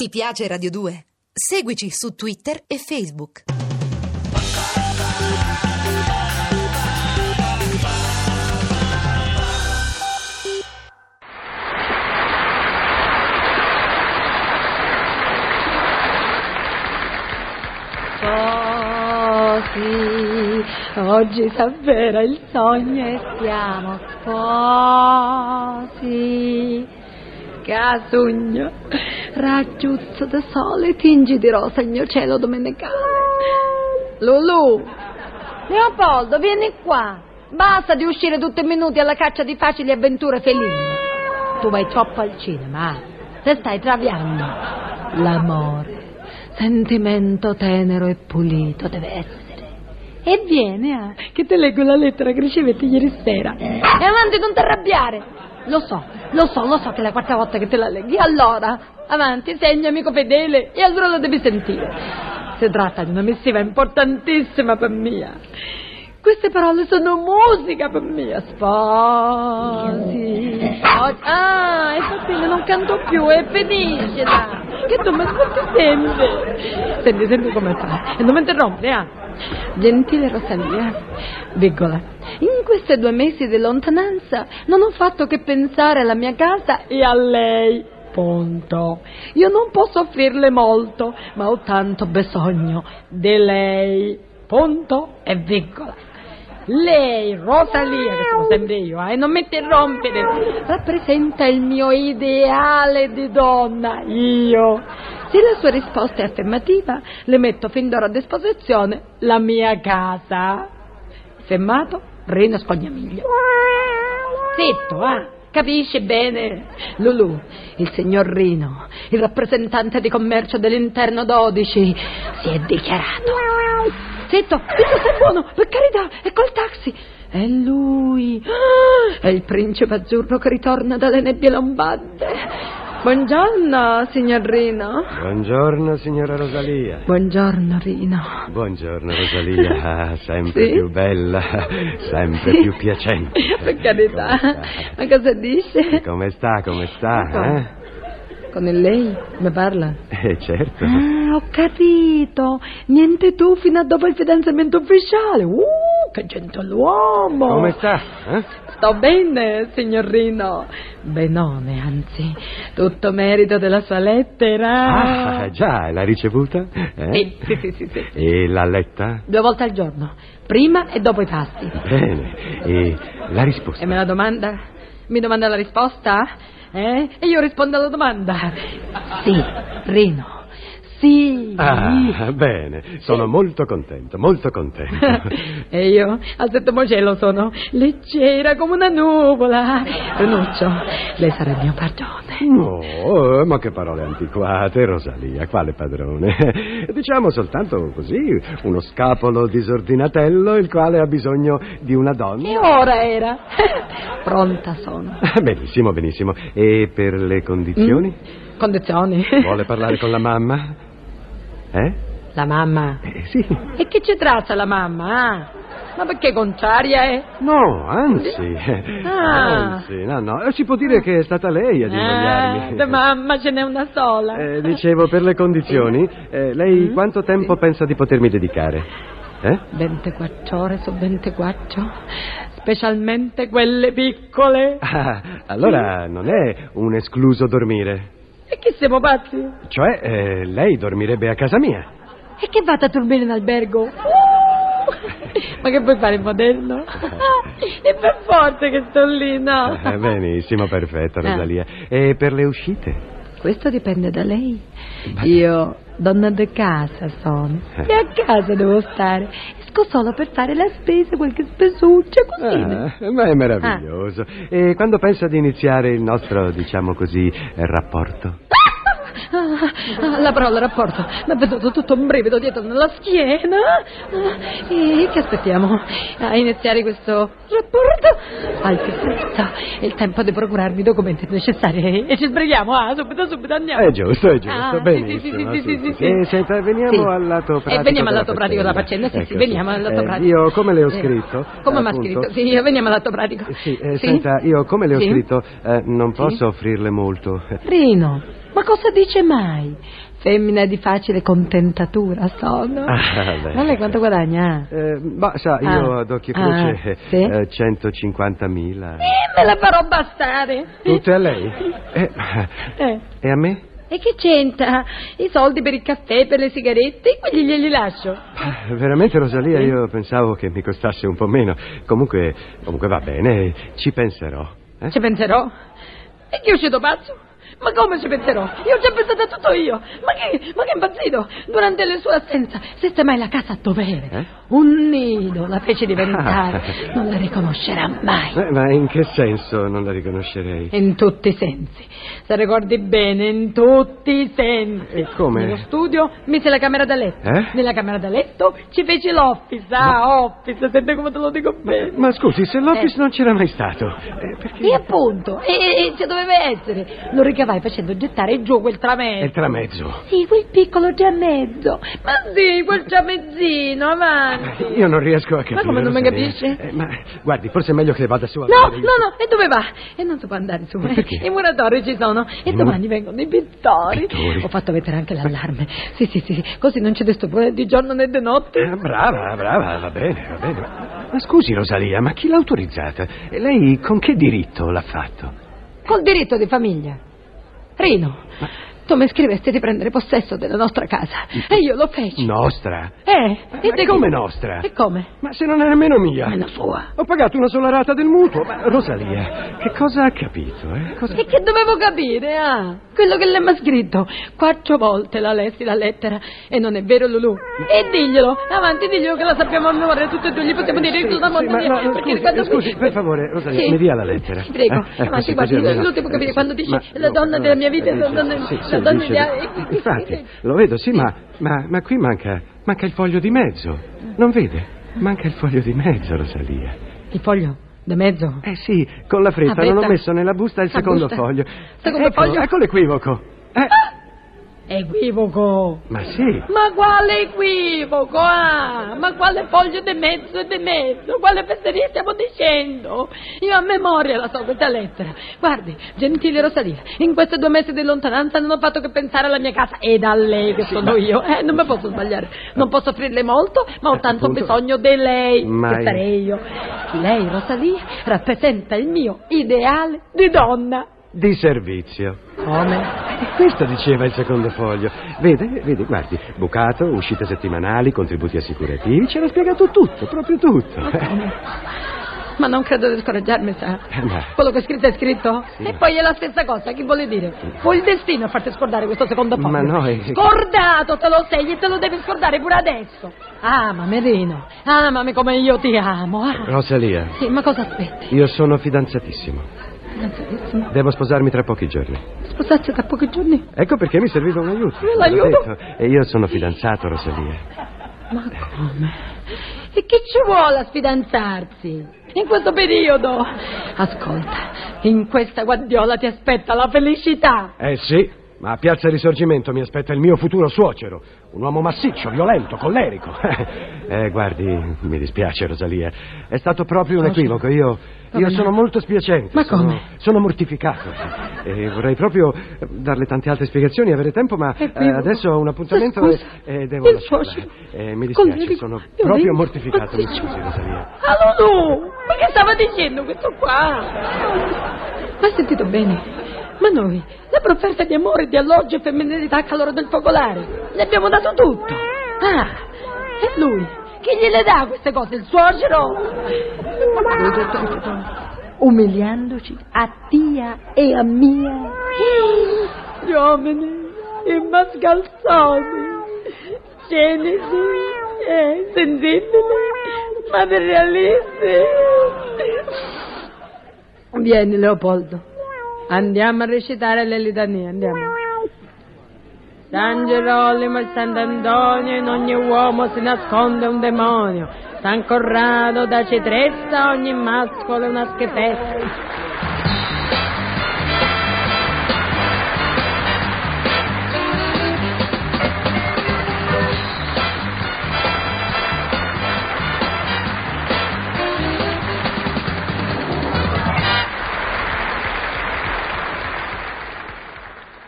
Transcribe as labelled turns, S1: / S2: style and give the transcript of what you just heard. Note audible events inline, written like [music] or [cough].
S1: Ti piace Radio 2? Seguici su Twitter e Facebook.
S2: Oh sì, oggi s'avvera il sogno e siamo sposi. Casugno, raggiuzzo da sole, tingi di rosa il mio cielo domenicale. Lulu, Leopoldo, vieni qua. Basta di uscire tutti i minuti alla caccia di facili avventure feline. Tu vai troppo al cinema, eh? te stai traviando. L'amore, sentimento tenero e pulito deve essere. E vieni, ah, che te leggo la lettera che ricevetti ieri sera. E Eh, avanti, non ti arrabbiare. Lo so, lo so, lo so che è la quarta volta che te la leghi. Allora, avanti, segno amico fedele e allora lo devi sentire. Si tratta di una missiva importantissima per eh. mia. Queste parole sono musica per mia. Sposi. Oh, ah, è facile, non canto più, è felice. là. Che tu mi ascolti sempre. Senti, senti come fa. E non mi interrompere, ah. Gentile Rosalia, virgola, in questi due mesi di lontananza non ho fatto che pensare alla mia casa e a lei. Punto. Io non posso offrirle molto, ma ho tanto bisogno di lei. Punto e virgola. Lei, Rosalia, che sono sempre io, eh, non mi interrompere, rappresenta il mio ideale di donna, io. Se la sua risposta è affermativa, le metto fin d'ora a disposizione la mia casa. Fermato, Rino Scognamiglio. Zitto, ah! Capisci bene? Lulu, il signor Rino, il rappresentante di commercio dell'interno 12, si è dichiarato. Zitto, zitto, stai buono, per carità, è col taxi. È lui, Ah, è il principe azzurro che ritorna dalle nebbie lombarde. Buongiorno, signor Rino.
S3: Buongiorno, signora Rosalia.
S2: Buongiorno, Rino. [laughs]
S3: Buongiorno, Rosalia. Ah, sempre
S2: Sì?
S3: più bella, sempre più piacente.
S2: [laughs] Per carità,
S3: Come
S2: ma cosa dice?
S3: sta? Come sta, come sta?
S2: Con il lei mi parla?
S3: Eh? Eh, certo.
S2: Ah, ho capito. Niente tu fino a dopo il fidanzamento ufficiale. Uh, che gentiluomo.
S3: Come sta? eh?
S2: Sto bene, signorino. Benone, anzi. Tutto merito della sua lettera.
S3: Ah, già, l'ha ricevuta? Eh?
S2: Sì, sì, sì, sì, sì.
S3: E l'ha letta?
S2: Due volte al giorno, prima e dopo i pasti.
S3: Bene. E la risposta?
S2: E me la domanda? Mi domanda la risposta? Eh? E io rispondo alla domanda. Sì, Rino. Sì.
S3: Ah, bene. Sono molto contento,
S2: [laughs]
S3: molto contento.
S2: e io al settimo cielo sono leggera come una nuvola. Rinuccio, lei sarà il mio padrone.
S3: No, eh, ma che parole antiquate, Rosalia, quale padrone? [laughs] Diciamo soltanto così, uno scapolo disordinatello il quale ha bisogno di una donna.
S2: Che ora era? [laughs] Pronta sono.
S3: Ah, Benissimo, benissimo. E per le condizioni?
S2: Mm. Condizioni.
S3: [laughs] Vuole parlare con la mamma? Eh?
S2: [laughs] La mamma.
S3: Eh, sì.
S2: E che ci traccia la mamma? ah? Ma perché contraria, eh?
S3: No, anzi.
S2: Ah.
S3: Anzi, no, no, si può dire che è stata lei ad
S2: Ah,
S3: invogliarmi.
S2: da mamma ce n'è una sola.
S3: [laughs] Eh, dicevo, per le condizioni, eh, lei quanto tempo pensa di potermi dedicare? Eh?
S2: 24 ore su 24, specialmente quelle piccole.
S3: Ah, allora non è un escluso dormire.
S2: E che siamo pazzi?
S3: Cioè, eh, lei dormirebbe a casa mia.
S2: E che vada a dormire in albergo? Uh! Ma che vuoi fare il modello? Ah, È per forza che sto lì, no?
S3: Eh, benissimo,
S2: Ah.
S3: perfetto, Rosalia. E per le uscite?
S2: Questo dipende da lei.
S3: Ma-
S2: Io donna di casa sono. E a casa devo stare. Esco solo per fare la spesa, qualche spesuccia, così.
S3: Ah, ma è meraviglioso.
S2: Ah.
S3: E quando pensa di iniziare il nostro, diciamo così, rapporto?
S2: Ah, ah, La parola rapporto, mi è venuto tutto un brivido dietro nella schiena. Ah, E che aspettiamo? A iniziare questo rapporto? Al più presto, è il tempo di procurarmi i documenti necessari e ci sbrighiamo, ah, subito, subito andiamo.
S3: È giusto, è giusto,
S2: Ah,
S3: benissimo.
S2: Sì, sì, sì, sì, sì, sì, sì.
S3: E senta, veniamo
S2: Sì.
S3: al lato pratico.
S2: Eh, veniamo al
S3: della
S2: lato pratico della faccenda, sì, sì,
S3: Ecco,
S2: veniamo al lato
S3: Eh,
S2: pratico.
S3: Io come le ho
S2: Eh,
S3: scritto?
S2: Come mi ha
S3: appunto,
S2: scritto? Sì, veniamo al lato pratico.
S3: Sì, eh, senta, io come le ho
S2: Sì?
S3: scritto, eh, non
S2: Sì?
S3: posso offrirle molto. eh,
S2: Rino, Ma cosa dice mai? Femmina di facile contentatura sono.
S3: Ah, beh.
S2: Ma lei quanto guadagna?
S3: Eh, ma sa, io
S2: Ah.
S3: ad occhio e croce
S2: Ah, sì?
S3: eh, 150.000.
S2: E me la farò bastare.
S3: Tutte a lei? Eh,
S2: Eh,
S3: e a me?
S2: E che c'entra? I soldi per il caffè, per le sigarette, quelli glieli lascio.
S3: Eh, Veramente, Rosalia, io pensavo che mi costasse un po' meno. Comunque, comunque va bene, ci penserò. eh?
S2: Ci penserò. E che uscito pazzo? Ma come ci penserò? Io ho già pensato a tutto io. Ma che, ma che impazzito? Durante le sue assenza sistemai la casa a dovere.
S3: Eh?
S2: Un nido la fece
S3: [laughs]
S2: diventare. Non la riconoscerà mai.
S3: Eh, ma in che senso non la riconoscerei?
S2: In tutti i sensi. Se ricordi bene, in tutti i sensi.
S3: E come?
S2: Nello studio mise la camera da letto.
S3: Eh?
S2: Nella camera da letto ci fece l'office. Ah, office, senti come te lo dico bene.
S3: Ma scusi, se l'office non c'era mai stato, eh, perché...
S2: E appunto, e, e, e ci doveva essere. Lo ricavai facendo gettare giù quel
S3: È il
S2: tramezzo.
S3: tramezzo.
S2: Sì, quel piccolo giamezzo. Ma sì, quel giamezzino, avanti.
S3: Io non riesco a capire.
S2: Ma come non mi
S3: Rosalia.
S2: capisce?
S3: Eh, ma guardi, forse è meglio che vada su a
S2: No,
S3: vedere io.
S2: no, no, e dove va? E non si può andare su. eh.
S3: perché?
S2: I muratori ci sono e
S3: I mu-
S2: domani vengono i pittori.
S3: Pittori?
S2: Ho fatto mettere anche l'allarme. Sì, sì, sì, sì, così non c'è disturbo né di giorno né di notte.
S3: Eh, brava, brava, va bene, va bene. Ma scusi, Rosalia, ma chi l'ha autorizzata? E lei con che diritto l'ha fatto?
S2: Col diritto di famiglia. Rino, tu mi scrivesti di prendere possesso della nostra casa e io lo feci.
S3: Nostra?
S2: Eh, e
S3: Mm. ma
S2: te
S3: come nostra? Ah.
S2: E come?
S3: Ma se non è nemmeno mia.
S2: Ma è una sua.
S3: Ho pagato una sola rata del mutuo. Ma Rosalia, che cosa ha capito, eh? Cosa...
S2: E che dovevo capire, ah? Quello che lei mi ha scritto. Quattro volte la lessi la lettera. E non è vero, Lulu. E diglielo, avanti, diglielo che la sappiamo a memoria. Tutti e due gli possiamo dire tutto da
S3: sì,
S2: morte
S3: ma
S2: mia.
S3: no, no,
S2: perché
S3: scusi,
S2: quando-
S3: scusi, per favore, Rosalia,
S2: Sì.
S3: mi dia la lettera.
S2: Ti prego,
S3: Eh, ecco,
S2: avanti,
S3: sì,
S2: guardi,
S3: così almeno-
S2: Lulu ti può capire
S3: sì,
S2: quando
S3: sì,
S2: dice
S3: ma-
S2: la donna
S3: no,
S2: della mia vita,
S3: dice-
S2: la donna,
S3: sì, sì,
S2: la donna
S3: dice-
S2: di...
S3: Infatti, lo vedo, sì, ma, ma- ma qui manca, manca il foglio di mezzo. Non vede? Manca il foglio di mezzo, Rosalia.
S2: Il foglio, da mezzo.
S3: Eh sì, con la fretta
S2: La fretta?
S3: non ho messo nella busta il
S2: La
S3: secondo
S2: busta.
S3: foglio.
S2: Secondo
S3: Ecco-
S2: foglio? Ah!
S3: Ecco l'equivoco. Eh,
S2: Equivoco.
S3: ma sì.
S2: Ma quale equivoco, ah? Ma quale foglio di mezzo e di mezzo? Quale fesseria stiamo dicendo? Io a memoria la so questa lettera. Guardi, gentile Rosalia, in questi due mesi di lontananza non ho fatto che pensare alla mia casa ed a lei che sono io. Eh, non mi posso sbagliare. Non posso offrirle molto, ma ho tanto
S3: appunto.
S2: bisogno di lei,
S3: Mai.
S2: che sarei io. Lei, Rosalia, rappresenta il mio ideale di donna.
S3: Di servizio.
S2: Come?
S3: E questo diceva il secondo foglio. Vede, vede, guardi, bucato, uscite settimanali, contributi assicurativi, c'era spiegato tutto, proprio tutto.
S2: Ma non credo di scoraggiarmi, sa.
S3: Eh, [laughs] ma-
S2: Quello che è scritto è scritto. E poi è la stessa cosa, che vuole dire? Fu il destino a farti scordare questo secondo foglio.
S3: Ma no, eh. è-
S2: Scordato, te lo sei e te lo devi scordare pure adesso. Ah, Amami, Rino. Amami Ah, come io ti amo. ah.
S3: Rosalia,
S2: Sì, ma cosa aspetti?
S3: io sono fidanzatissimo. Devo sposarmi tra pochi giorni.
S2: Sposarsi tra pochi giorni?
S3: Ecco perché mi serviva un aiuto.
S2: Eh, l'aiuto?
S3: L'ho detto. E io sono fidanzato, Rosalia.
S2: Ma come? E che ci vuole a sfidanzarsi? In questo periodo? Ascolta, in questa guardiola ti aspetta la felicità.
S3: Eh sì, ma a Piazza Risorgimento mi aspetta il mio futuro suocero. Un uomo massiccio, violento, collerico. [laughs] eh, guardi, mi dispiace, Rosalia. È stato proprio un equivoco. Io,
S2: Come no?
S3: io sono molto spiacente.
S2: Ma
S3: sono-
S2: come?
S3: Sono mortificato. E vorrei proprio eh, darle tante altre spiegazioni e avere tempo, ma eh,
S2: Equivoco.
S3: adesso ho un appuntamento
S2: Scusa,
S3: e, e devo
S2: il
S3: lasciarla.
S2: suocero.
S3: Eh, mi dispiace,
S2: Collerico,
S3: sono
S2: violento,
S3: proprio mortificato. Mi
S2: massiccio.
S3: scusi, Rosalia.
S2: Ah, Lulu! Ma che stava dicendo questo qua? Hai sentito bene? Ma noi, la profferta di amore, di alloggio e femminilità a calore del focolare, gli abbiamo dato tutto. Ah, e lui? Chi gliele dà queste cose? Il suocero? Umiliandoci a tia e a mia. Gli uomini, i mascalzoni, genesi, eh, sensibili, materialisti. Vieni Leopoldo, andiamo a recitare le litanie, andiamo. San Gerolimo e Sant'Antonio, in ogni uomo si nasconde un demonio. San Corrado da cetrezza, ogni mascolo è una schifezza.